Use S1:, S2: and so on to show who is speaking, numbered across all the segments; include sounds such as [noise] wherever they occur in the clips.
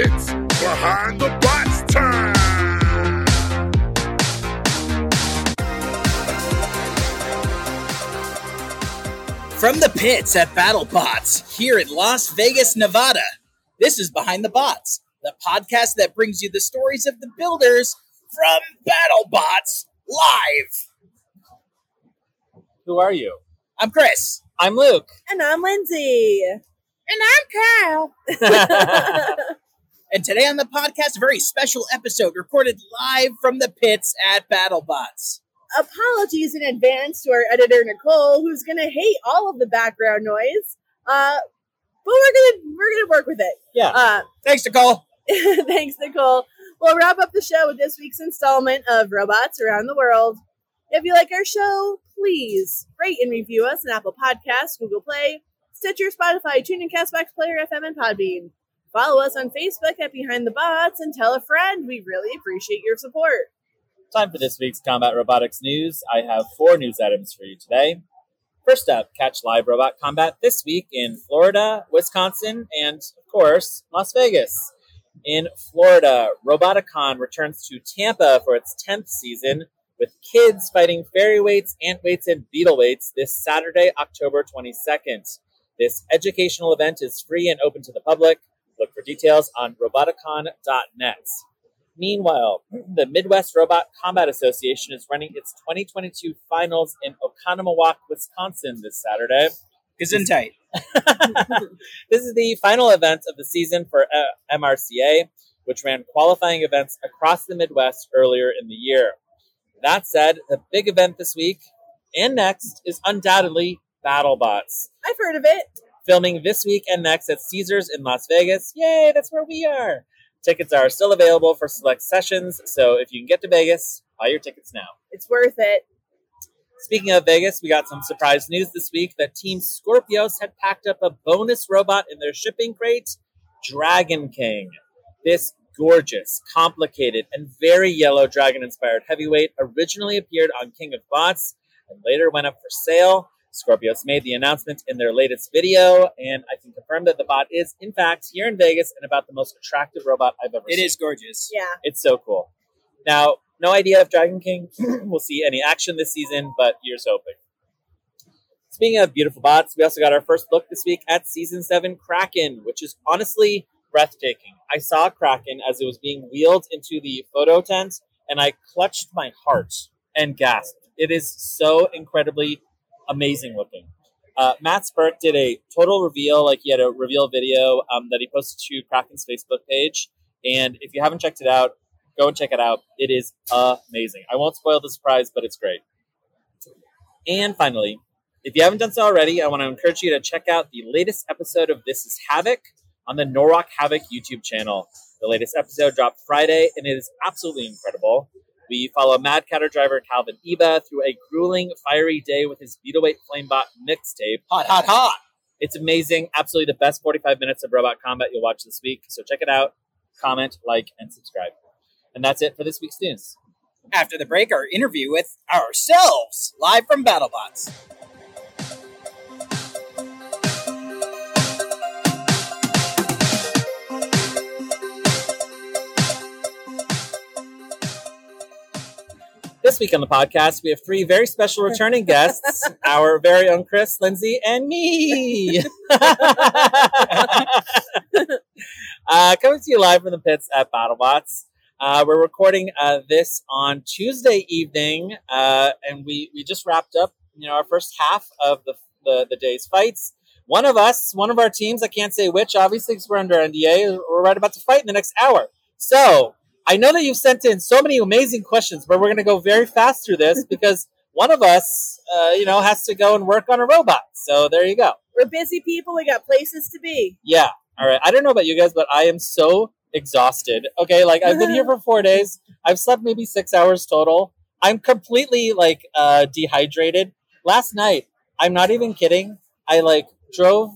S1: It's behind the box time.
S2: From the pits at BattleBots here in Las Vegas, Nevada, this is Behind the Bots, the podcast that brings you the stories of the builders from BattleBots live.
S3: Who are you?
S2: I'm Chris. [laughs]
S3: I'm Luke.
S4: And I'm Lindsay.
S2: And I'm Kyle.
S3: That's
S2: And today on the podcast, a very special episode recorded live from the pits at BattleBots.
S4: Apologies in advance to our editor Nicole, who's gonna hate all of the background noise. Uh, but we're gonna we're gonna work with it.
S3: Yeah.
S4: Uh,
S2: Thanks, Nicole.
S4: [laughs] thanks, Nicole. We'll wrap up the show with this week's installment of Robots Around the World. If you like our show, please rate and review us on Apple Podcasts, Google Play, Stitcher, Spotify, TuneIn, Castbox Player, FM, and Podbean. Follow us on Facebook at Behind the Bots and tell a friend. We really appreciate your support.
S3: Time for this week's Combat Robotics News. I have four news items for you today. First up, catch live robot combat this week in Florida, Wisconsin, and of course, Las Vegas. In Florida, Roboticon returns to Tampa for its 10th season with kids fighting fairy weights, ant weights, and beetle weights this Saturday, October 22nd. This educational event is free and open to the public. Look for details on roboticon.net. Meanwhile, the Midwest Robot Combat Association is running its 2022 finals in Oconomowoc, Wisconsin this Saturday.
S2: Gesundheit.
S3: [laughs] this is the final event of the season for uh, MRCA, which ran qualifying events across the Midwest earlier in the year. That said, the big event this week and next is undoubtedly BattleBots,
S4: I've heard of it.
S3: filming this week and next at Caesars in Las Vegas. Yay, that's where we are. Tickets are still available for select sessions, so if you can get to Vegas, buy your tickets now.
S4: It's worth it.
S3: Speaking of Vegas, we got some surprise news this week that Team Scorpios had packed up a bonus robot in their shipping crate, Dragon King. This gorgeous, complicated, and very yellow dragon inspired heavyweight originally appeared on King of Bots and later went up for sale. Scorpios made the announcement in their latest video, and I can confirm that the bot is, in fact, here in Vegas and about the most attractive robot I've ever
S2: It
S3: seen.
S2: is gorgeous.
S4: Yeah.
S3: It's so cool. Now, no idea if Dragon King [laughs] will see any action this season, but here's hoping. Speaking of beautiful bots, we also got our first look this week at Season 7 Kraken, which is honestly breathtaking. I saw Kraken as it was being wheeled into the photo tent, and I clutched my heart and gasped. It is so incredibly amazing looking. Uh, Matt Spurt did a total reveal, like he had a reveal video um, that he posted to Kraken's Facebook page. And if you haven't checked it out, go and check it out. It is amazing. I won't spoil the surprise, but it's great. And finally, if you haven't done so already, I want to encourage you to check out the latest episode of This is Havoc on the Norwalk Havoc YouTube channel. The latest episode dropped Friday, and it is absolutely incredible. We follow Mad Catter driver Calvin Eba through a grueling, fiery day with his Beetleweight Flamebot mixtape.
S2: Hot, hot, hot.
S3: It's amazing. Absolutely the best 45 minutes of robot combat you'll watch this week. So check it out. Comment, like, and subscribe. And that's it for this week's news.
S2: After the break, our interview with ourselves live from BattleBots.
S3: This week on the podcast, we have three very special returning guests our very own Chris, Lindsay, and me. uh, coming to you live from the pits at BattleBots. Uh, we're recording uh, this on Tuesday evening, uh, and we, we just wrapped up you know our first half of the, the, the day's fights. One of us, one of our teams, I can't say which, obviously, because we're under NDA, we're right about to fight in the next hour. So, I know that you've sent in so many amazing questions, but we're going to go very fast through this because one of us, uh, you know, has to go and work on a robot. So there you go.
S4: We're busy people. We got places to be.
S3: Yeah. All right. I don't know about you guys, but I am so exhausted. Okay. Like I've been here for four days. I've slept maybe six hours total. I'm completely like uh, dehydrated. Last night, I'm not even kidding. I like drove.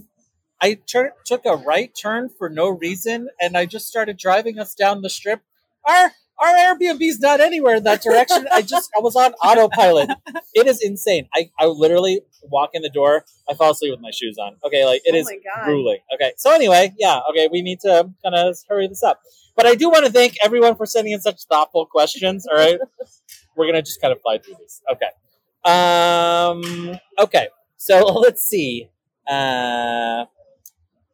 S3: I tur- took a right turn for no reason, and I just started driving us down the strip. Our Our Airbnb's not anywhere in that direction. I just I was on autopilot. It is insane. I, I literally walk in the door. I fall asleep with my shoes on. Okay, like it
S4: oh
S3: is
S4: my god.
S3: grueling. Okay, so anyway, yeah. Okay, we need to kind of hurry this up. But I do want to thank everyone for sending in such thoughtful questions. All right, we're gonna just kind of fly through these. Okay. Um. Okay. So [laughs] let's see. Uh,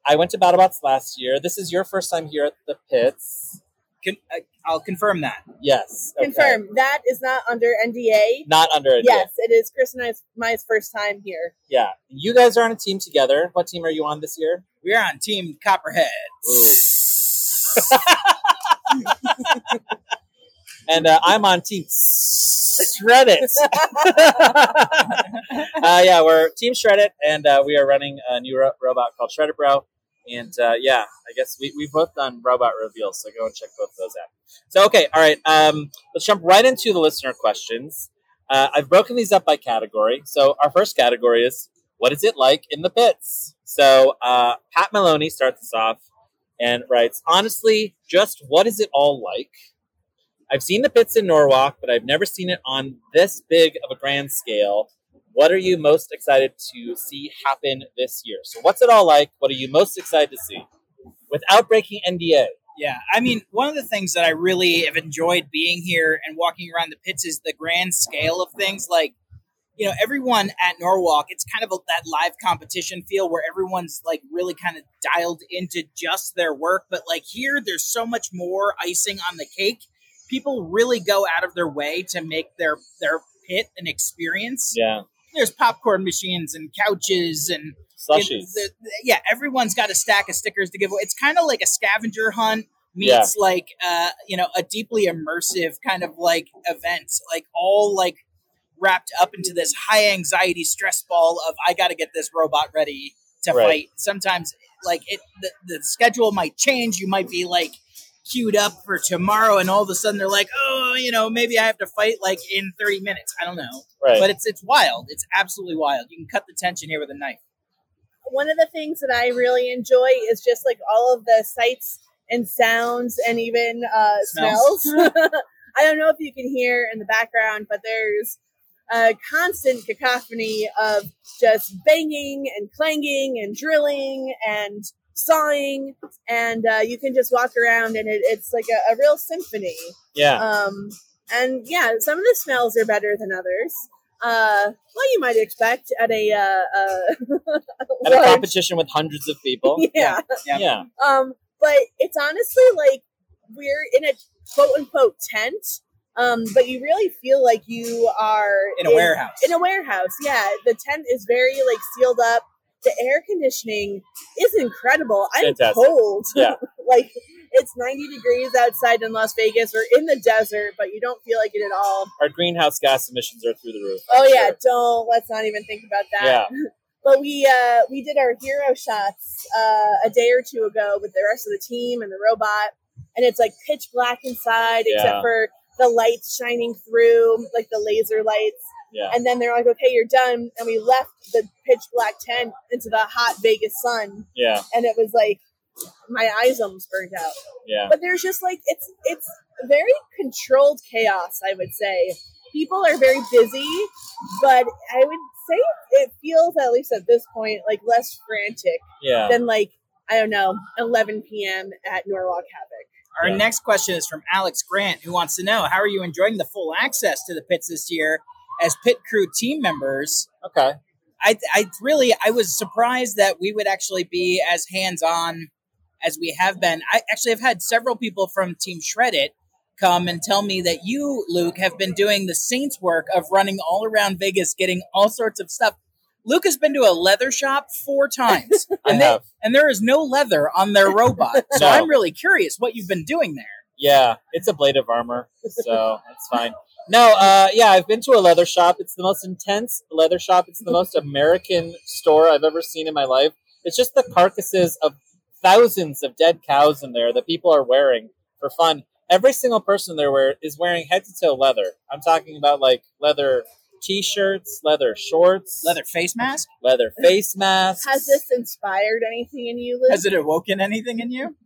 S3: I went to BattleBots last year. This is your first time here at the pits.
S2: Con- I- I'll confirm that.
S3: Yes. okay.
S4: Confirm that is not under NDA.
S3: Not under a
S4: Yes, it is Chris and I's my first time here.
S3: Yeah. You guys are on a team together. What team are you on this year?
S2: We're on Team Copperhead.
S3: and uh, I'm on Team Shreddit. [laughs] uh, yeah, we're Team Shreddit, and uh, we are running a new ro- robot called Shredder Bro. And uh, yeah, I guess we, we've both done robot reveals, so go and check both those out. So, okay, all right, um, let's jump right into the listener questions. Uh, I've broken these up by category. So, our first category is what is it like in the pits? So, uh, Pat Maloney starts us off and writes, honestly, just what is it all like? I've seen the pits in Norwalk, but I've never seen it on this big of a grand scale. What are you most excited to see happen this year? So, what's it all like? What are you most excited to see? Without breaking NDA.
S2: Yeah, I mean, one of the things that I really have enjoyed being here and walking around the pits is the grand scale of things. Like, you know, everyone at Norwalk, it's kind of a, that live competition feel where everyone's like really kind of dialed into just their work. But like here, there's so much more icing on the cake. People really go out of their way to make their their pit an experience.
S3: Yeah.
S2: There's popcorn machines and couches and
S3: Slushies.
S2: it- the- the- yeah, everyone's got a stack of stickers to give away. It's kind of like a scavenger hunt meets like uh, you know a deeply immersive kind of like event, like all like wrapped up into this high anxiety stress ball of I got to get this robot ready to
S3: Right.
S2: fight. Sometimes like it the, the schedule might change. You might be like queued up for tomorrow and all of a sudden they're like oh you know maybe i have to fight like in 30 minutes i don't know
S3: Right.
S2: but it's it's wild it's absolutely wild you can cut the tension here with a knife
S4: One of the things that I really enjoy is just like all of the sights and sounds and even uh,
S2: Smells.
S4: smells. [laughs] I don't know if you can hear in the background, but there's a constant cacophony of just banging and clanging and drilling and sawing, and uh, you can just walk around and it, it's like a, a real symphony.
S3: yeah.
S4: Um, and yeah, some of the smells are better than others. Uh, well, you might expect at a uh, uh, [laughs]
S3: At a
S4: large-
S3: competition with hundreds of people.
S4: [laughs] yeah.
S2: Yeah.
S3: Yeah.
S4: Um, but it's honestly like we're in a quote unquote tent. Um, but you really feel like you are
S2: in a warehouse.
S4: In a warehouse, yeah. The tent is very like sealed up. The air conditioning is incredible. I'm
S3: Fantastic.
S4: cold.
S3: Yeah.
S4: [laughs] like it's 90 degrees outside in Las Vegas. We're in the desert, but you don't feel like it at all.
S3: Our greenhouse gas emissions are through the roof.
S4: Oh
S3: I'm
S4: yeah,
S3: sure.
S4: don't let's not even think about that.
S3: Yeah.
S4: [laughs] But we uh, we did our hero shots uh, a day or two ago with the rest of the team and the robot, and it's like pitch black inside
S3: Yeah.
S4: except for the lights shining through, like the laser lights.
S3: Yeah.
S4: And then they're like, "Okay, you're done," and we left the pitch black tent into the hot Vegas sun,
S3: Yeah.
S4: and it was like my eyes almost burned out
S3: Yeah.
S4: but there's just like it's it's very controlled chaos i would say people are very busy but i would say it feels at least at this point like less frantic
S3: Yeah.
S4: than like i don't know 11 p.m at norwalk havoc
S2: Our
S3: Yeah.
S2: next question is from Alex Grant, who wants to know how are you enjoying the full access to the pits this year as pit crew team members?
S3: Okay.
S2: I, I really, I was surprised that we would actually be as hands on as we have been. I actually have had several people from Team Shreddit come and tell me that you, Luke, have been doing the saints work of running all around Vegas, getting all sorts of stuff. Luke has been to a leather shop four times,
S3: [laughs] I
S2: and, they-
S3: have.
S2: and there is no leather on their
S3: [laughs]
S2: robot. So
S3: No.
S2: I'm really curious what you've been doing there.
S3: Yeah, it's a blade of armor, so it's fine. No, uh, yeah, I've been to a leather shop. It's the most intense leather shop. It's the most American store I've ever seen in my life. It's just the carcasses of thousands of dead cows in there that people are wearing for fun. Every single person there wear is wearing head to toe leather. I'm talking about like leather t-shirts, leather shorts,
S2: Leather face mask?
S3: leather face masks.
S4: has this inspired anything in you Luke?
S2: Has it awoken anything in you?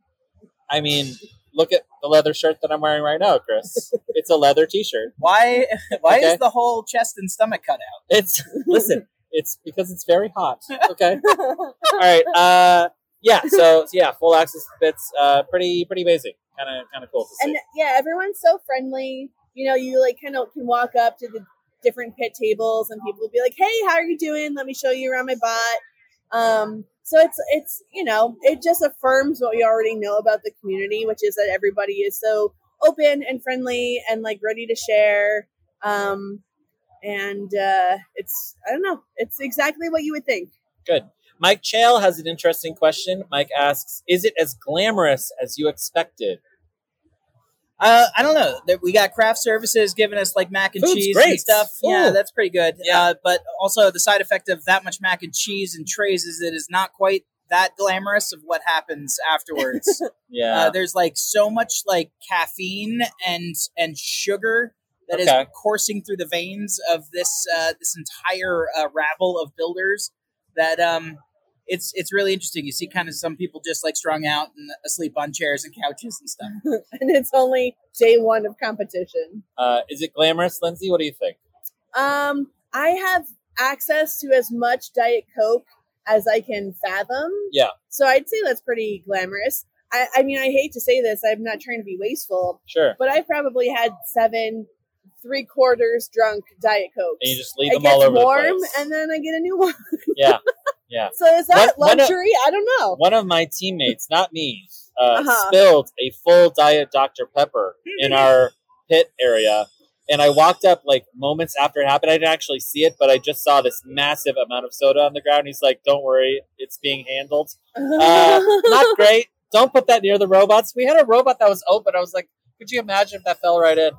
S3: I mean, look at the leather shirt that I'm wearing right now, Chris. it's a leather T-shirt.
S2: Why? [laughs] Why
S3: Okay.
S2: is the whole chest and stomach cut out?
S4: [laughs]
S3: It's listen. It's because it's very hot. Okay. All right. Uh, yeah. So, so yeah, full access fits. Uh, pretty pretty amazing. Kind of kind of cool to see.
S4: and yeah, everyone's so friendly. You know, you like kind of can walk up to the different pit tables, and people will be like, "Hey, how are you doing? Let me show you around my bot." Um, so it's it's you know it just affirms what we already know about the community, which is that everybody is so open and friendly and like ready to share. Um, and uh, it's I don't know, it's exactly what you would think. [laughs]
S3: Mike Chael has an interesting question. Mike asks, "Is it as glamorous as you expected?"
S2: Uh, I don't know. That We got craft services giving us like mac and
S3: Food's
S2: cheese
S3: great.
S2: and stuff. Yeah,
S3: Ooh.
S2: that's pretty good.
S3: Yeah.
S2: Uh, but also the side effect of that much mac and cheese and trays is it is not quite that glamorous of what happens afterwards.
S3: Yeah.
S2: Uh, there's like so much like caffeine and and sugar that is
S3: Okay.
S2: coursing through the veins of this uh, this entire uh, rabble of builders that um it's it's really interesting. You see kind of some people just like strung out and asleep on chairs and couches and stuff.
S3: [laughs]
S4: and it's only day one of competition.
S3: Uh, is it glamorous, Lindsay? What do you think?
S4: Um, I have access to as much Diet Coke as I can fathom.
S3: Yeah.
S4: So I'd say that's pretty glamorous. I, I mean, I hate to say this, I'm not trying to be wasteful,
S3: Sure.
S4: but I probably had seven, three quarters drunk Diet Cokes.
S3: And you just leave
S4: it
S3: them all
S4: gets
S3: over the
S4: warm,
S3: place.
S4: and then I get a new one. [laughs]
S3: yeah.
S4: So is that
S3: One- one of-
S4: luxury? I don't know.
S3: One of my teammates, not me, uh,
S4: Oh. Uh-huh. Hmm.
S3: spilled a full diet Dr. Pepper in our pit area. And I walked up like moments after it happened. I didn't actually see it, but I just saw this massive amount of soda on the ground. He's like, don't worry, it's being handled. [laughs] Uh,
S4: [laughs]
S3: not great. Don't put that near the robots. We had a robot that was open. I was like, could you imagine if that fell right in?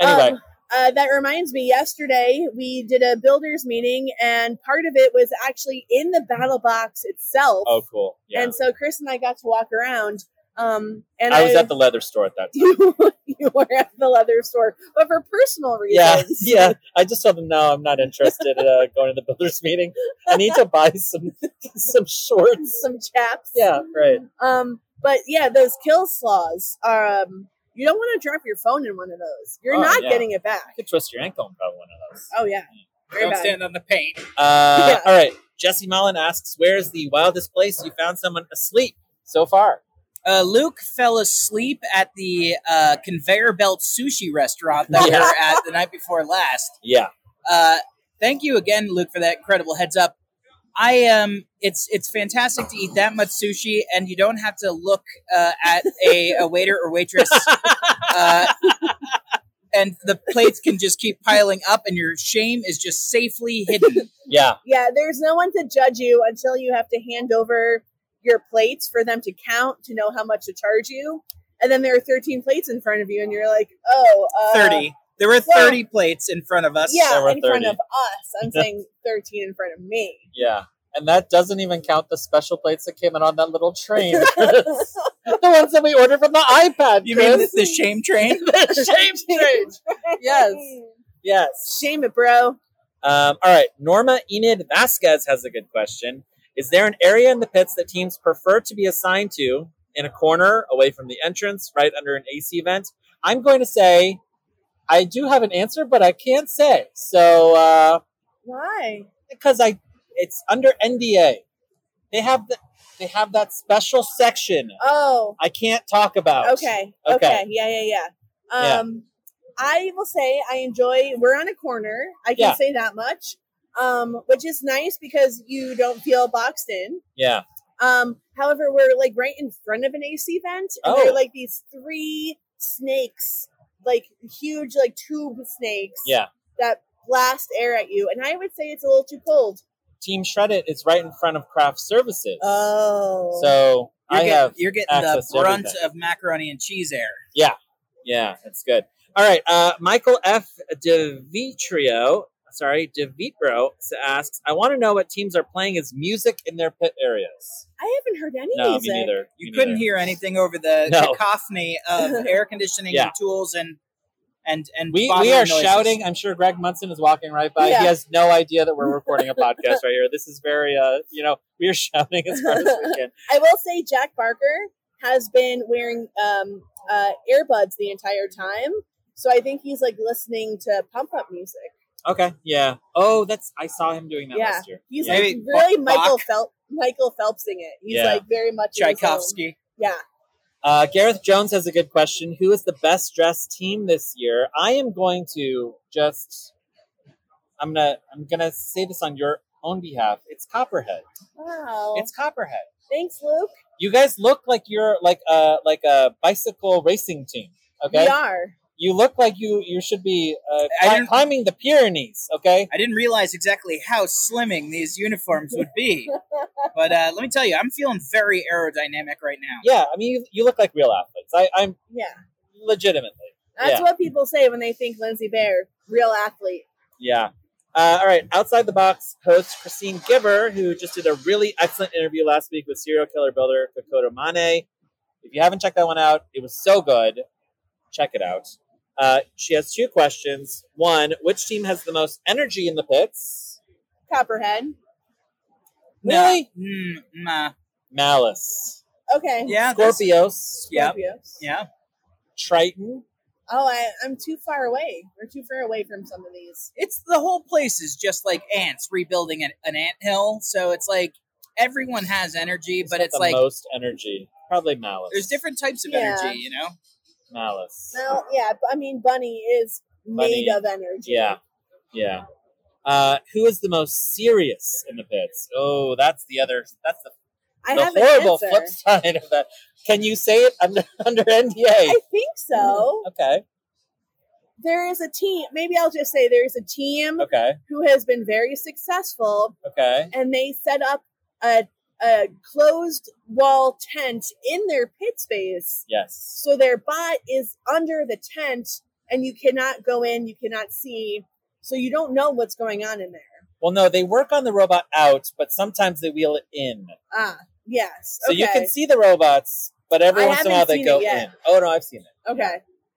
S3: Anyway,
S4: Um, uh, that reminds me, yesterday we did a builders meeting, and part of it was actually in the battle box itself.
S3: oh, cool. Yeah.
S4: And so Chris and I got to walk around. Um, and
S3: I was at the leather store at that time.
S4: you, [laughs] you were at the leather store, but for personal
S3: Yeah,
S4: reasons.
S3: [laughs] yeah. I just told them no, I'm not interested in uh, going to the builders meeting. I need to buy some [laughs] some shorts.
S4: [laughs] Some chaps.
S3: Yeah, right.
S4: Um, but yeah, those kill slaws are. Um, you don't want to drop your phone in one of those. You're
S3: Oh,
S4: not
S3: yeah.
S4: getting it back.
S3: You could twist your ankle and probably one of those.
S4: Oh yeah, very
S2: Don't
S4: bad.
S2: stand on the paint.
S3: Uh,
S4: Yeah.
S3: All right. Jesse Mullen asks, "Where's the wildest place you found someone asleep so far?"
S2: Uh, Luke fell asleep at the uh, conveyor belt sushi restaurant that we
S3: Yeah.
S2: were at the night before last.
S3: Yeah,
S2: Uh, thank you again, Luke, for that incredible heads up. I um, it's it's fantastic to eat that much sushi, and you don't have to look uh, at a, a waiter or [laughs] waitress, uh, and the plates can just keep piling up, and your shame is just safely hidden.
S3: yeah,
S4: Yeah, there's no one to judge you until you have to hand over your plates for them to count to know how much to charge you. And then there are 13 plates in front of you, and you're like, oh,
S2: [laughs]
S4: uh,
S2: Thirty. There were
S4: well-
S2: thirty plates in front of us.
S4: Yeah,
S3: There were
S4: in front
S3: 30.
S4: of us.
S3: [laughs]
S4: I'm saying 13 in front of [laughs] me.
S3: yeah. And that doesn't even count the special plates that came in on that
S2: [laughs]
S3: little train. the ones that we ordered from the iPad.
S2: You mean the, [laughs]
S3: Chris.
S2: the shame train?
S3: [laughs] shame train? Yes. Yes.
S4: Shame it, bro.
S3: Um, all right. Norma Enid Vasquez has a good question. Is there an area in the pits that teams prefer to be assigned to in a corner away from the entrance, right under an AC vent? I'm going to say I do have an answer, but I can't say. So, uh,
S4: Why?
S3: because I, it's under NDA. They have the, they have that special section
S4: Oh,
S3: I can't talk about.
S4: okay.
S3: Okay.
S4: Okay. Yeah, yeah, yeah.
S3: Yeah.
S4: Um, I will say I enjoy, we're on a corner. I can
S3: Yeah.
S4: say that much, um, which is nice because you don't feel boxed in.
S3: Yeah.
S4: Um, however, we're like right in front of an AC vent, and there
S3: Oh.
S4: are like these three snakes, like huge, like tube snakes.
S3: Yeah.
S4: That blast air at you, and I would say it's a little too cold.
S3: Team Shreddit is right in front of Craft Services.
S4: Oh.
S3: so
S2: You're
S3: I
S2: get-
S3: have
S2: you're getting the
S3: access to
S2: brunt
S3: everything.
S2: of macaroni and cheese air.
S3: Yeah, that's good. All right, uh, Michael F. DeVitrio, sorry, DeVitro asks, I want to know what teams are playing as music in their pit areas.
S4: I haven't heard any
S3: No,
S4: music.
S3: me neither.
S2: You
S3: Me
S2: couldn't
S3: neither.
S2: hear anything over the
S3: No.
S2: cacophony of air conditioning
S3: Yeah.
S2: tools and and and
S3: We, we
S2: bothering
S3: are
S2: noises.
S3: shouting. I'm sure Greg Munson is walking right by.
S4: Yeah.
S3: He has no idea that we're recording a podcast right [laughs]
S2: [laughs]
S3: here. This is very, uh, you know, we are shouting as hard as we can.
S4: I will say Jack Barker has been wearing um, uh, earbuds the entire time. So I think he's like listening to pump up music.
S3: Okay. Yeah. Oh, that's I saw him doing that
S4: Yeah.
S3: last year.
S4: He's
S3: yeah.
S4: like
S2: Maybe
S4: really
S2: Bach-
S4: Michael Phelps. Michael Phelpsing it. He's
S3: Yeah.
S4: like very much in his own-
S2: Tchaikovsky.
S4: Yeah.
S3: Uh, Gareth Jones has a good question. Who is the best dressed team this year? I am going to just I'm gonna I'm gonna say this on your own behalf. It's Copperhead.
S4: Wow.
S3: It's Copperhead.
S4: Thanks, Luke.
S3: You guys look like you're like a like a bicycle racing team. Okay.
S4: We are.
S3: You look like you you should be uh,
S2: I
S3: cli-
S2: don't-
S3: climbing the Pyrenees. Okay.
S2: I didn't realize exactly how slimming these uniforms would be, but uh, let me tell you, I'm feeling very aerodynamic right now.
S3: Yeah. I mean, you, you look like real athletes. I, I'm
S4: Yeah.
S3: legitimately.
S4: That's
S3: Yeah.
S4: what people say when they think Lindsay Bear, real athlete.
S3: Yeah. Uh, all right. Outside the box host Christine Giver, who just did a really excellent interview last week with serial killer builder Kokoto Mane. If you haven't checked that one out, it was so good. Check it out. Uh, she has two questions. One, which team has the most energy in the pits?
S4: Copperhead.
S2: Nah.
S3: Really?
S2: Mm, nah.
S3: Malice.
S4: Okay.
S2: Yeah. that's-
S3: Scorpios.
S2: Yep.
S4: Scorpios.
S2: Yeah.
S3: Triton.
S4: Oh, I, I'm too far away. We're too far away from some of these.
S2: It's the whole place is just like ants rebuilding an, an ant hill. So it's like everyone has energy, but
S3: Got
S2: it's
S3: the
S2: like
S3: most energy. Probably Malice.
S2: there's different types of
S4: Yeah.
S2: energy, you know?
S3: Malice.
S4: Well, yeah, but, I mean, Bunny is made
S3: Bunny.
S4: of energy.
S3: Yeah. Yeah. Uh, who is the most serious in the pits? Oh, that's the other. That's the,
S4: I
S3: the
S4: have
S3: horrible
S4: an answer.
S3: flip side of that. Can you say it under [laughs] under NDA?
S4: I think so.
S3: Okay.
S4: There is a team. Maybe I'll just say there is a team
S3: Okay.
S4: who has been very successful,
S3: Okay.
S4: and they set up a a closed wall tent in their pit space,
S3: Yes.
S4: so their bot is under the tent, and you cannot go in. You cannot see, so you don't know what's going on in there.
S3: Well, no, they work on the robot out, but sometimes they wheel it in.
S4: Ah, yes.
S3: So
S4: okay.
S3: you can see the robots, but every
S4: I
S3: once in a
S4: haven't
S3: while they
S4: seen
S3: go
S4: it yet.
S3: in. Oh no, I've seen it.
S4: Okay.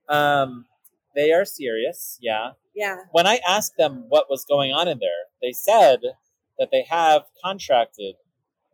S3: Um, they are serious. Yeah.
S4: Yeah.
S3: when I asked them what was going on in there, they said that they have contracted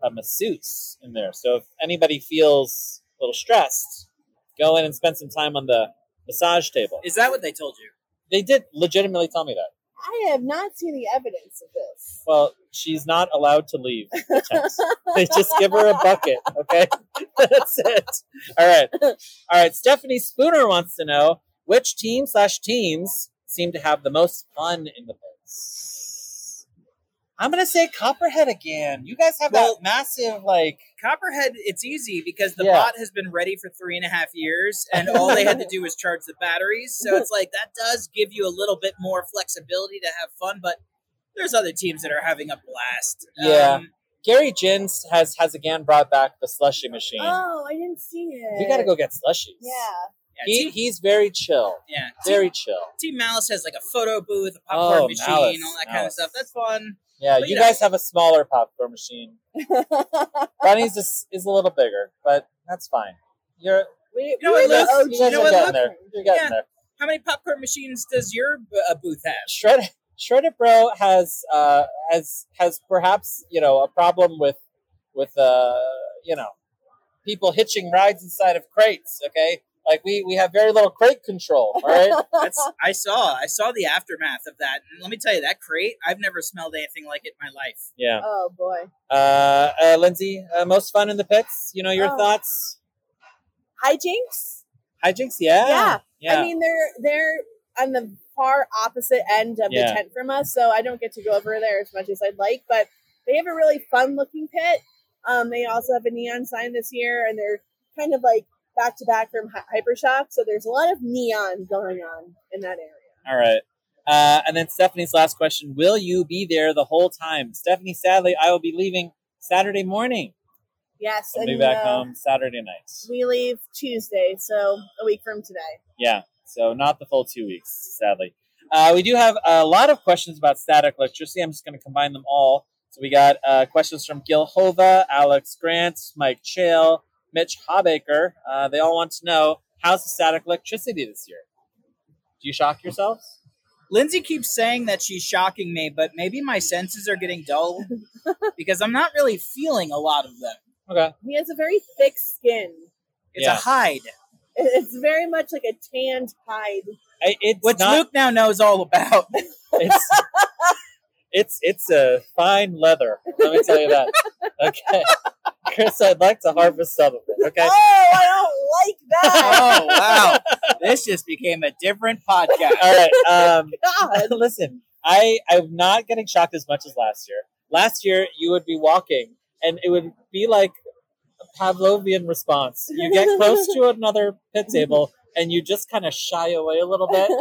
S3: a masseuse in there. So if anybody feels a little stressed, go in and spend some time on the massage table.
S2: Is that what they told you?
S3: They did legitimately tell me that.
S4: I have not seen the evidence of this.
S3: Well, she's not allowed to leave the tent. they just give her a bucket, okay? [laughs] That's it. All right. All right. Stephanie Spooner wants to know which team slash teams seem to have the most fun in the pits. I'm gonna say Copperhead again. You guys have
S2: Well-
S3: that massive like
S2: Copperhead, it's easy because the
S3: Yeah.
S2: bot has been ready for three and a half years, and all they had to do was charge the batteries. So it's like that does give you a little bit more flexibility to have fun, but there's other teams that are having a blast. Um,
S3: Yeah. Gary Jins has has again brought back the slushy machine.
S4: Oh, I didn't see it.
S3: we gotta go get slushies.
S4: Yeah. [laughs]
S2: yeah,
S3: He,
S2: team,
S3: he's very chill.
S2: yeah. Team,
S3: Very chill.
S2: Team Malice has like a photo booth, a popcorn
S3: Oh,
S2: machine,
S3: Malice,
S2: all that kind of
S3: Malice.
S2: stuff. That's fun.
S3: Yeah,
S2: But,
S3: you
S2: you know-
S3: guys have a smaller popcorn machine. Bunny's is, is a little bigger, but that's fine. You're
S4: we,
S2: know
S4: we
S2: what,
S4: were
S2: Luke? You
S4: the
S3: you guys
S4: OG.
S2: know
S3: are
S2: what,
S3: getting
S2: Luke?
S3: there. You're getting
S2: Yeah.
S3: there.
S2: How many popcorn machines does your uh, booth
S3: [laughs]
S2: have?
S3: Shred Shredded Bro has uh has has perhaps you know a problem with with uh you know people hitching rides inside of crates. Okay, like we we have very little crate control.
S2: [laughs]
S3: All [laughs] right,
S2: That's I saw. I saw the aftermath of that. And let me tell you, that crate, I've never smelled anything like it in my life.
S3: yeah.
S4: [laughs] Oh boy.
S3: Uh, uh Lindsay, uh, most fun in the pits. You know your
S4: Oh.
S3: thoughts.
S4: Hijinks?
S3: Hijinks, yeah,
S4: Yeah.
S3: yeah.
S4: I mean they're they're on the far opposite end of
S3: Yeah.
S4: the tent from us, so I don't get to go over there as much as I'd like, but they have a really fun looking pit. Um they also have a neon sign this year and they're kind of like back to back from Hy- Hypershop, so there's a lot of neon going on in that area.
S3: All right. Uh, and then Stephanie's last question Will you be there the whole time? Stephanie, sadly, I will be leaving Saturday morning.
S4: Yes,
S3: I'll
S4: and
S3: be back
S4: uh,
S3: home Saturday night.
S4: We leave Tuesday, so a week from today.
S3: Yeah. So not the full two weeks, sadly. Uh, we do have a lot of questions about static electricity. I'm just going to combine them all. So we got uh, questions from Gil Hova, Alex Grant, Mike Chail, Mitch Hawbaker. Uh, they all want to know how's the static electricity this year? Do you shock yourselves?
S2: Lindsay keeps saying that she's shocking me, but maybe my senses are getting dull because I'm not really feeling a lot of them.
S3: Okay.
S4: He has a very thick skin.
S2: It's
S3: Yeah.
S2: a hide,
S4: It's very much like a tanned hide.
S3: I, it's
S2: which
S3: not.
S2: Luke now knows all about.
S3: It's, it's it's a fine leather. Let me tell you that. Okay, Chris, I'd like to harvest some of it. Okay,
S4: Oh, I don't like that.
S2: oh wow, this just became a different podcast.
S3: all right. Um, [laughs]
S4: God.
S3: listen, I I'm not getting shocked as much as last year. Last year, you would be walking, and it would be like a Pavlovian response. You get close to another pit table, and you just kind of shy away a little bit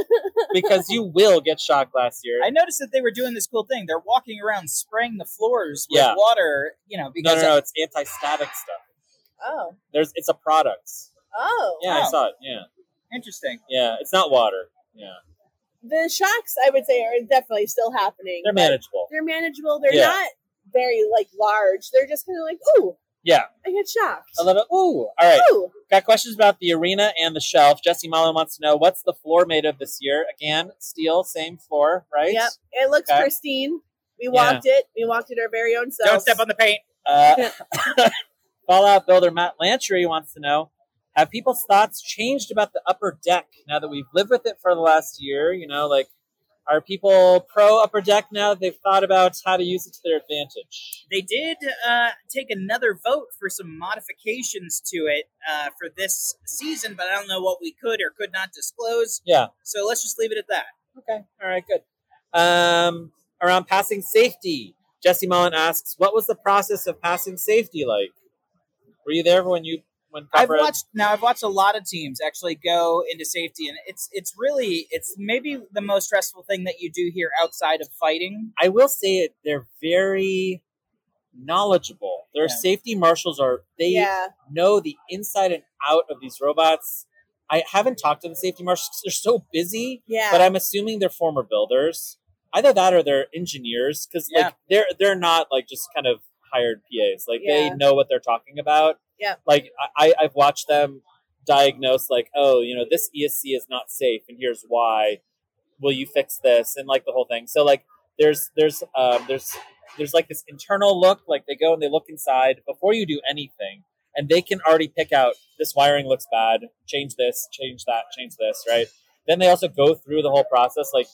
S3: because you will get shocked. Last year,
S2: I noticed that they were doing this cool thing. They're walking around spraying the floors with
S3: Yeah.
S2: water, you know,
S3: no,
S2: because
S3: no, no, it's anti-static stuff.
S4: [laughs] Oh.
S3: There's it's a product.
S4: Oh.
S3: Yeah,
S2: Wow.
S3: I saw it. Yeah,
S2: interesting.
S3: yeah, it's not water. Yeah,
S4: The shocks, I would say, are definitely still happening.
S3: they're
S4: but
S3: manageable.
S4: They're manageable. They're
S3: Yeah.
S4: not very like large. They're just kind of like, ooh,
S3: Yeah,
S4: I get shocked.
S3: a little. Ooh, all right.
S4: Ooh.
S3: Got questions about the arena and the shelf. Jesse Mullen wants to know what's the floor made of this year? Again, steel, same floor, right?
S4: Yep. It looks
S3: Okay.
S4: pristine. We walked it. We walked it our very own selves.
S2: Don't step on the paint.
S3: Uh, [laughs] Fallout builder Matt Lantry wants to know: Have people's thoughts changed about the upper deck now that we've lived with it for the last year? You know, like are people pro upper deck now? that They've thought about how to use it to their advantage.
S2: They did uh, take another vote for some modifications to it uh, for this season, but I don't know what we could or could not disclose.
S3: Yeah.
S2: So let's just leave it at that.
S3: Okay. All right. Good. Um, around passing safety, Jesse Mullen asks, "What was the process of passing safety like? Were you there when you when
S2: I've
S3: Copperhead-
S2: watched now. I've watched a lot of teams actually go into safety, and it's it's really it's maybe the most stressful thing that you do here outside of fighting.
S3: I will say it. They're very knowledgeable. Their
S2: Yeah.
S3: safety marshals are. They
S4: Yeah.
S3: know the inside and out of these robots. I haven't talked to the safety marshals. They're so busy,
S4: Yeah.
S3: but I'm assuming they're former builders. Either that or they're engineers because
S2: Yeah.
S3: like they're they're not like just kind of hired PAs. Like
S4: Yeah.
S3: they know what they're talking about.
S4: Yeah.
S3: Like I, I- I've watched them diagnose like, oh, you know, this ESC is not safe and here's why. Will you fix this? And like the whole thing. So like there's there's um there's there's like this internal look, like they go and they look inside before you do anything. And they can already pick out this wiring looks bad, change this, change that, change this, right? Then they also go through the whole process, like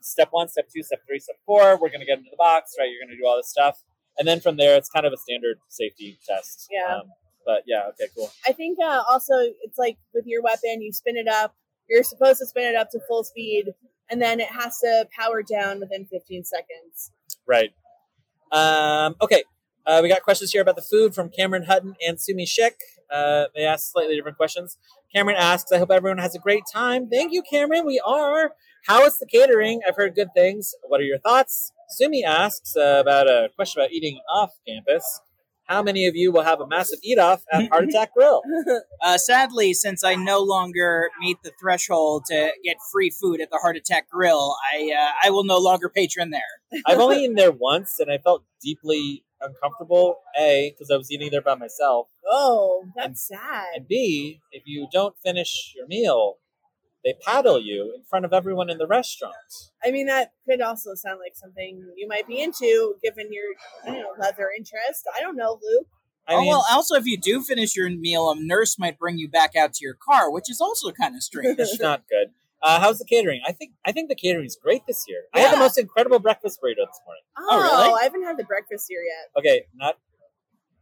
S3: step one, step two, step three, step four. We're going to get into the box, right? You're going to do all this stuff, and then from there, it's kind of a standard safety test.
S4: Yeah.
S3: Um, but yeah, okay, cool.
S4: I think uh, also it's like with your weapon, you spin it up. You're supposed to spin it up to full speed, and then it has to power down within 15 seconds. [laughs]
S3: Right. Um, okay. Uh, we got questions here about the food from Cameron Hutton and Sumi Shik. Uh, they asked slightly different questions. Cameron asks, I hope everyone has a great time. Thank you, Cameron. We are. How is the catering? I've heard good things. What are your thoughts? Sumi asks uh, about a question about eating off campus. How many of you will have a massive eat off at Heart Attack Grill?
S2: Uh, sadly, since I no longer meet the threshold to get free food at the Heart Attack Grill, I uh, I will no longer patron there.
S3: I've only eaten there once and I felt deeply uncomfortable. A, because I was eating there by myself.
S4: Oh, that's sad.
S3: And B, if you don't finish your meal, they paddle you in front of everyone in the restaurant.
S4: I mean, that could also sound like something you might be into, given your I don't know leather interest. I don't know, Luke.
S3: I
S2: oh,
S3: mean, [laughs]
S2: well, also, if you do finish your meal, a nurse might bring you back out to your car, which is also kind of
S3: [laughs]
S2: strange.
S3: it's not good. Uh, how's the catering? I think I think the catering's great this year. I had
S4: Yeah.
S3: the most incredible breakfast burrito this morning.
S4: Oh,
S2: really?
S4: I haven't had the breakfast here yet.
S3: Okay, not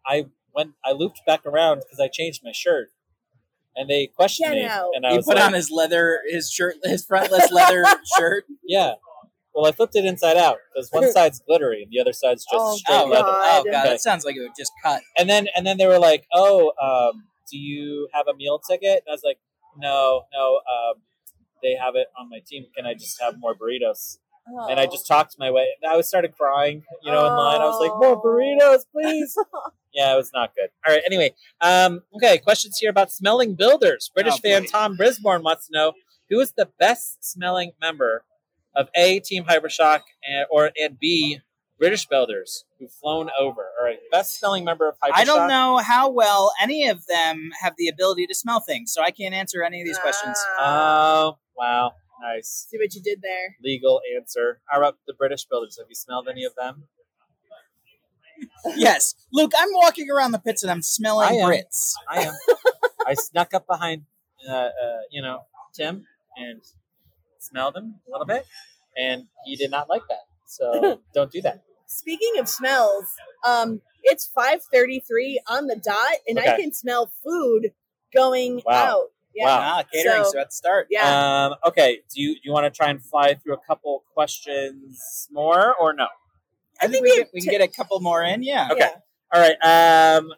S3: I went I looped back around because I changed my shirt. And they questioned
S4: Get
S3: me
S4: out.
S3: and I
S2: he
S3: was
S2: put
S3: like,
S2: on his leather, his shirt, his frontless leather shirt.
S3: Yeah. Well I flipped it inside out because one side's glittery and the other side's just
S4: Oh,
S3: straight
S2: God.
S3: leather.
S2: Oh god,
S3: Okay.
S2: that sounds like it would just cut.
S3: and then and then they were like, "Oh, um, do you have a meal ticket?" And I was like, "No, no, um, they have it on my team. Can I just have more burritos?" And I
S4: Oh,
S3: just talked my way. and I was started crying, you know, in line. I was like, "More
S4: Oh.
S3: burritos, please." yeah, it was not good. All right. Anyway, um, okay. Questions here about smelling builders. British
S2: Oh,
S3: fan
S2: boy.
S3: Tom Brisborn wants to know who is the best smelling member of A Team Hypershock and, or and B British builders who've flown over. All right, best smelling member of Hypershock.
S2: I don't know how well any of them have the ability to smell things, so I can't answer any of these questions.
S4: Ah,
S3: Oh, wow. Nice.
S4: see what you did there.
S3: Legal answer. How about the British builders? Have you smelled any of them?
S2: yes, Luke, I'm walking around the pits and I'm
S3: I
S2: smelling
S3: am.
S2: Brits.
S3: I am. I snuck up behind, uh, uh, you know, Tim and smelled him a little bit, and he did not like that. So don't do that.
S4: Speaking of smells, um, it's 5:33 on the dot, and I
S3: Okay.
S4: can smell food going
S3: Wow.
S4: out. Yeah.
S3: Wow.
S2: Ah, catering's
S4: So-
S2: about to start.
S4: Yeah.
S3: Um, okay. Do you do you want to try and fly through a couple questions more or no?
S2: I,
S4: I
S2: think,
S4: think
S2: we,
S4: we
S2: get, we can
S4: t-
S2: get a couple more in. Yeah.
S3: Okay. All right. Um,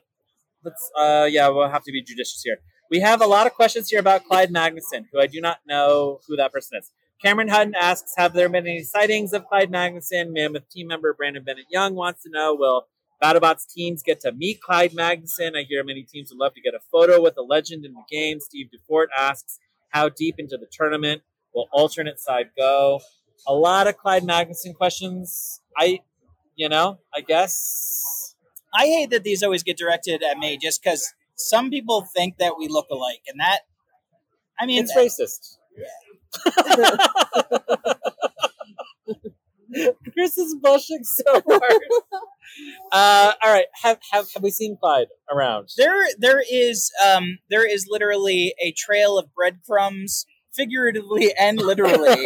S3: let's. Uh, yeah, we'll have to be judicious here. We have a lot of questions here about Clyde Magnuson, who I do not know who that person is. Cameron Hutton asks, "Have there been any sightings of Clyde Magnuson?" Mammoth team member Brandon Bennett Young wants to know, "Will BattleBots teams get to meet Clyde Magnuson?" I hear many teams would love to get a photo with the legend in the game. Steve Dufort asks, "How deep into the tournament will alternate side go?" A lot of Clyde Magnuson questions. I, you know, I guess
S2: I hate that these always get directed at me just because some people think that we look alike, and that, I mean,
S3: It's racist. [laughs] Chris is blushing so hard. Uh, all right, have, have have we seen Clyde around?
S2: there there is um there is literally a trail of breadcrumbs, figuratively and
S3: [laughs]
S2: literally,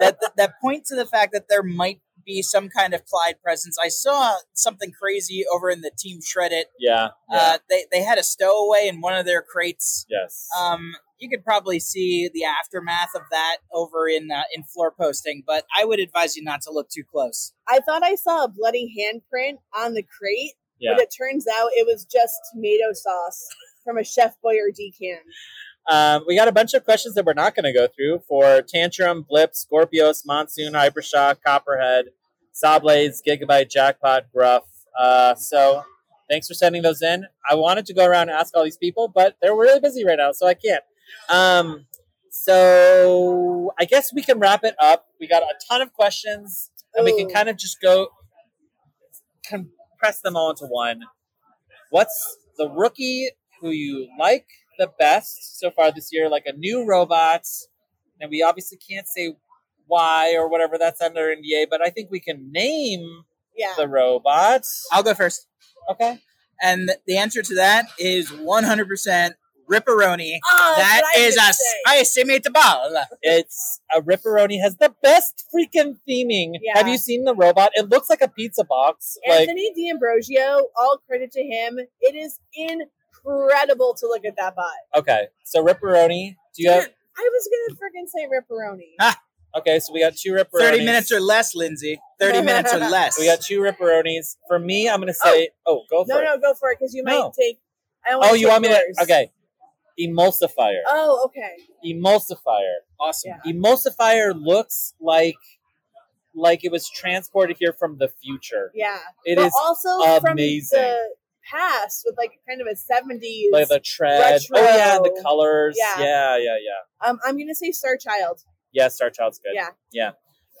S2: that that point to the fact that there might be some kind of Clyde presence. I saw something crazy over in the team Shreddit.
S3: yeah. yeah,
S2: Uh, they they had a stowaway in one of their crates.
S3: yes.
S2: Um, you could probably see the aftermath of that over in uh, in floor posting, but I would advise you not to look too close.
S4: I thought I saw a bloody handprint on the crate,
S3: yeah.
S4: but it turns out it was just tomato sauce from a Chef Boyardee can.
S3: Um, we got a bunch of questions that we're not going to go through for Tantrum, Blip, Scorpios, Monsoon, Hypershock, Copperhead, Sawblades, Gigabyte, Jackpot, Gruff. Uh, so thanks for sending those in. I wanted to go around and ask all these people, but they're really busy right now, so I can't. Um, so I guess we can wrap it up. We got a ton of questions, and we can
S4: Ooh.
S3: kind of just go compress them all into one. What's the rookie who you like the best so far this year, like a new robot. And we obviously can't say why or whatever that's under NDA, but I think we can name
S4: Yeah.
S3: the robot.
S2: I'll go first,
S3: Okay.
S2: and the answer to that is one hundred percent Ripperoni.
S4: Ah, that's
S2: That
S4: what I
S2: is
S4: was
S2: a
S4: gonna say.
S2: spicy meatball.
S3: It's a Ripperoni has the best freaking theming.
S4: Yeah.
S3: Have you seen the robot? It looks like a pizza box. like
S4: Anthony D'Ambrosio, all credit to him. It is incredible to look at that bot.
S3: okay. So Ripperoni. Do you
S4: Yeah.
S3: have
S4: I was gonna freaking say ripperoni.
S2: Ah.
S3: okay, so we got two Ripperonis.
S2: Thirty minutes or less, Lindsay.
S4: [laughs]
S2: Thirty minutes or less.
S3: we got two Ripperonis. For me, I'm gonna say oh, go for
S4: No,
S3: it.
S4: no, go for it because you might
S3: No.
S4: take. I
S3: oh, you
S4: take
S3: want me
S4: yours.
S3: to okay. Emulsifier.
S4: Oh, okay.
S3: Emulsifier.
S2: awesome.
S4: Yeah.
S3: emulsifier looks like like it was transported here from the future.
S4: Yeah.
S3: It
S4: but
S3: is
S4: also
S3: amazing.
S4: from the past with like kind of a seventies.
S3: like the tread.
S4: retro.
S3: Oh yeah, the colors.
S4: Yeah.
S3: yeah, yeah, yeah.
S4: um, I'm gonna say Star Child.
S3: Yeah, Star Child's good.
S4: Yeah.
S3: Yeah.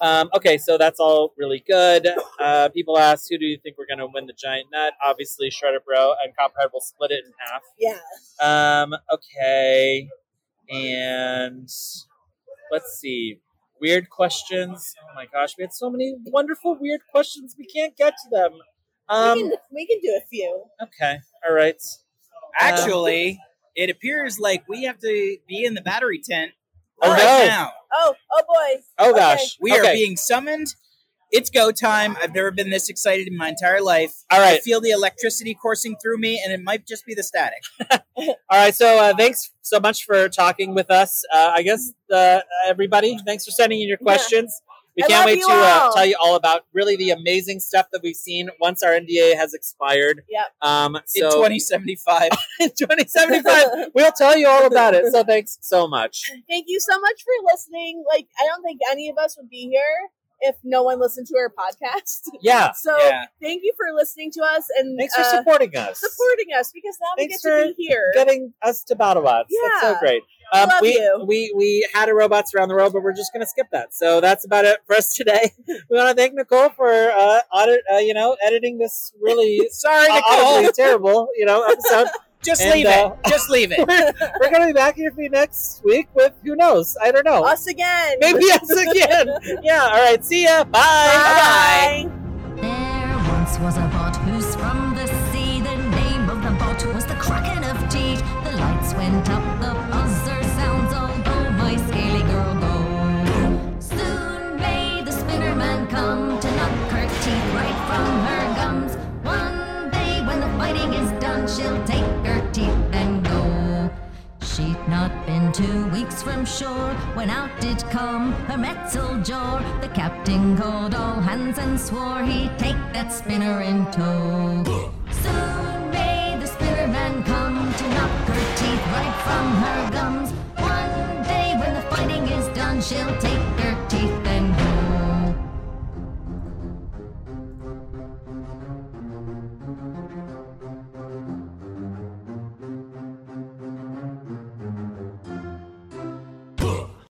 S3: Um, okay, so that's all really good. Uh, people ask, who do you think we're going to win the giant nut? Obviously, Shredder Bro and Copperhead will split it in half.
S4: Yeah.
S3: Um, okay. And let's see. Weird questions. Oh my gosh, we had so many wonderful weird questions. We can't get to them.
S4: we,
S3: Um,
S4: can, we can do a few.
S3: okay. All right. Um,
S2: Actually, it appears like we have to be in the battery tent
S3: Oh,
S2: right
S3: no.
S2: now.
S4: Oh, oh boy.
S3: Oh
S4: Okay.
S3: gosh.
S2: We
S3: okay.
S2: are being summoned. It's go time. I've never been this excited in my entire life.
S3: All
S2: I
S3: right.
S2: feel the electricity coursing through me, and it might just be the static.
S3: All right. So uh, thanks so much for talking with us. Uh, I guess uh, everybody, thanks for sending in your questions. We
S4: I
S3: can't
S4: love
S3: wait
S4: you
S3: to uh,
S4: all.
S3: tell you all about really the amazing stuff that we've seen once our NDA has expired.
S4: Yep.
S3: [laughs] Um, so
S2: in
S3: [laughs]
S2: 2075.
S3: in 2075. we'll tell you all about it. So thanks so much.
S4: [laughs] Thank you so much for listening. Like, I don't think any of us would be here if no one listened to our podcast. [laughs]
S3: Yeah.
S4: So
S2: Yeah.
S4: thank you for listening to us and
S3: Thanks for
S4: uh,
S3: supporting us.
S4: supporting us because now we get
S3: Thanks
S4: to
S3: for
S4: be here.
S3: Getting us to BattleBots. That's so
S4: Yeah.
S3: great. Um,
S4: I love
S3: we,
S4: you.
S3: we we had a robots around the world, but we're just gonna skip that. So that's about it for us
S4: [laughs]
S3: today. We want to thank Nicole for uh, audit, uh, you know, editing this
S4: [laughs]
S3: really
S2: Sorry,
S3: uh,
S2: Nicole.
S3: audibly terrible, you know, episode.
S2: Just
S3: And,
S2: leave
S3: uh,
S2: it. Just leave it.
S3: we're, we're gonna be back here for you next week with who knows? I don't know.
S4: Us again.
S3: Maybe us
S4: [laughs]
S3: again. yeah. All right. See ya.
S4: Bye.
S5: There once was a bot who sprung the sea. The name of the bot was the Kraken of Teeth. The lights went she'll take her teeth and go. She'd not been two weeks from shore when out did come her metzel jaw. The captain called all hands and swore he'd take that spinner in tow. Soon may the spinner man come to knock her teeth right from her gums. One day when the fighting is done, she'll take her teeth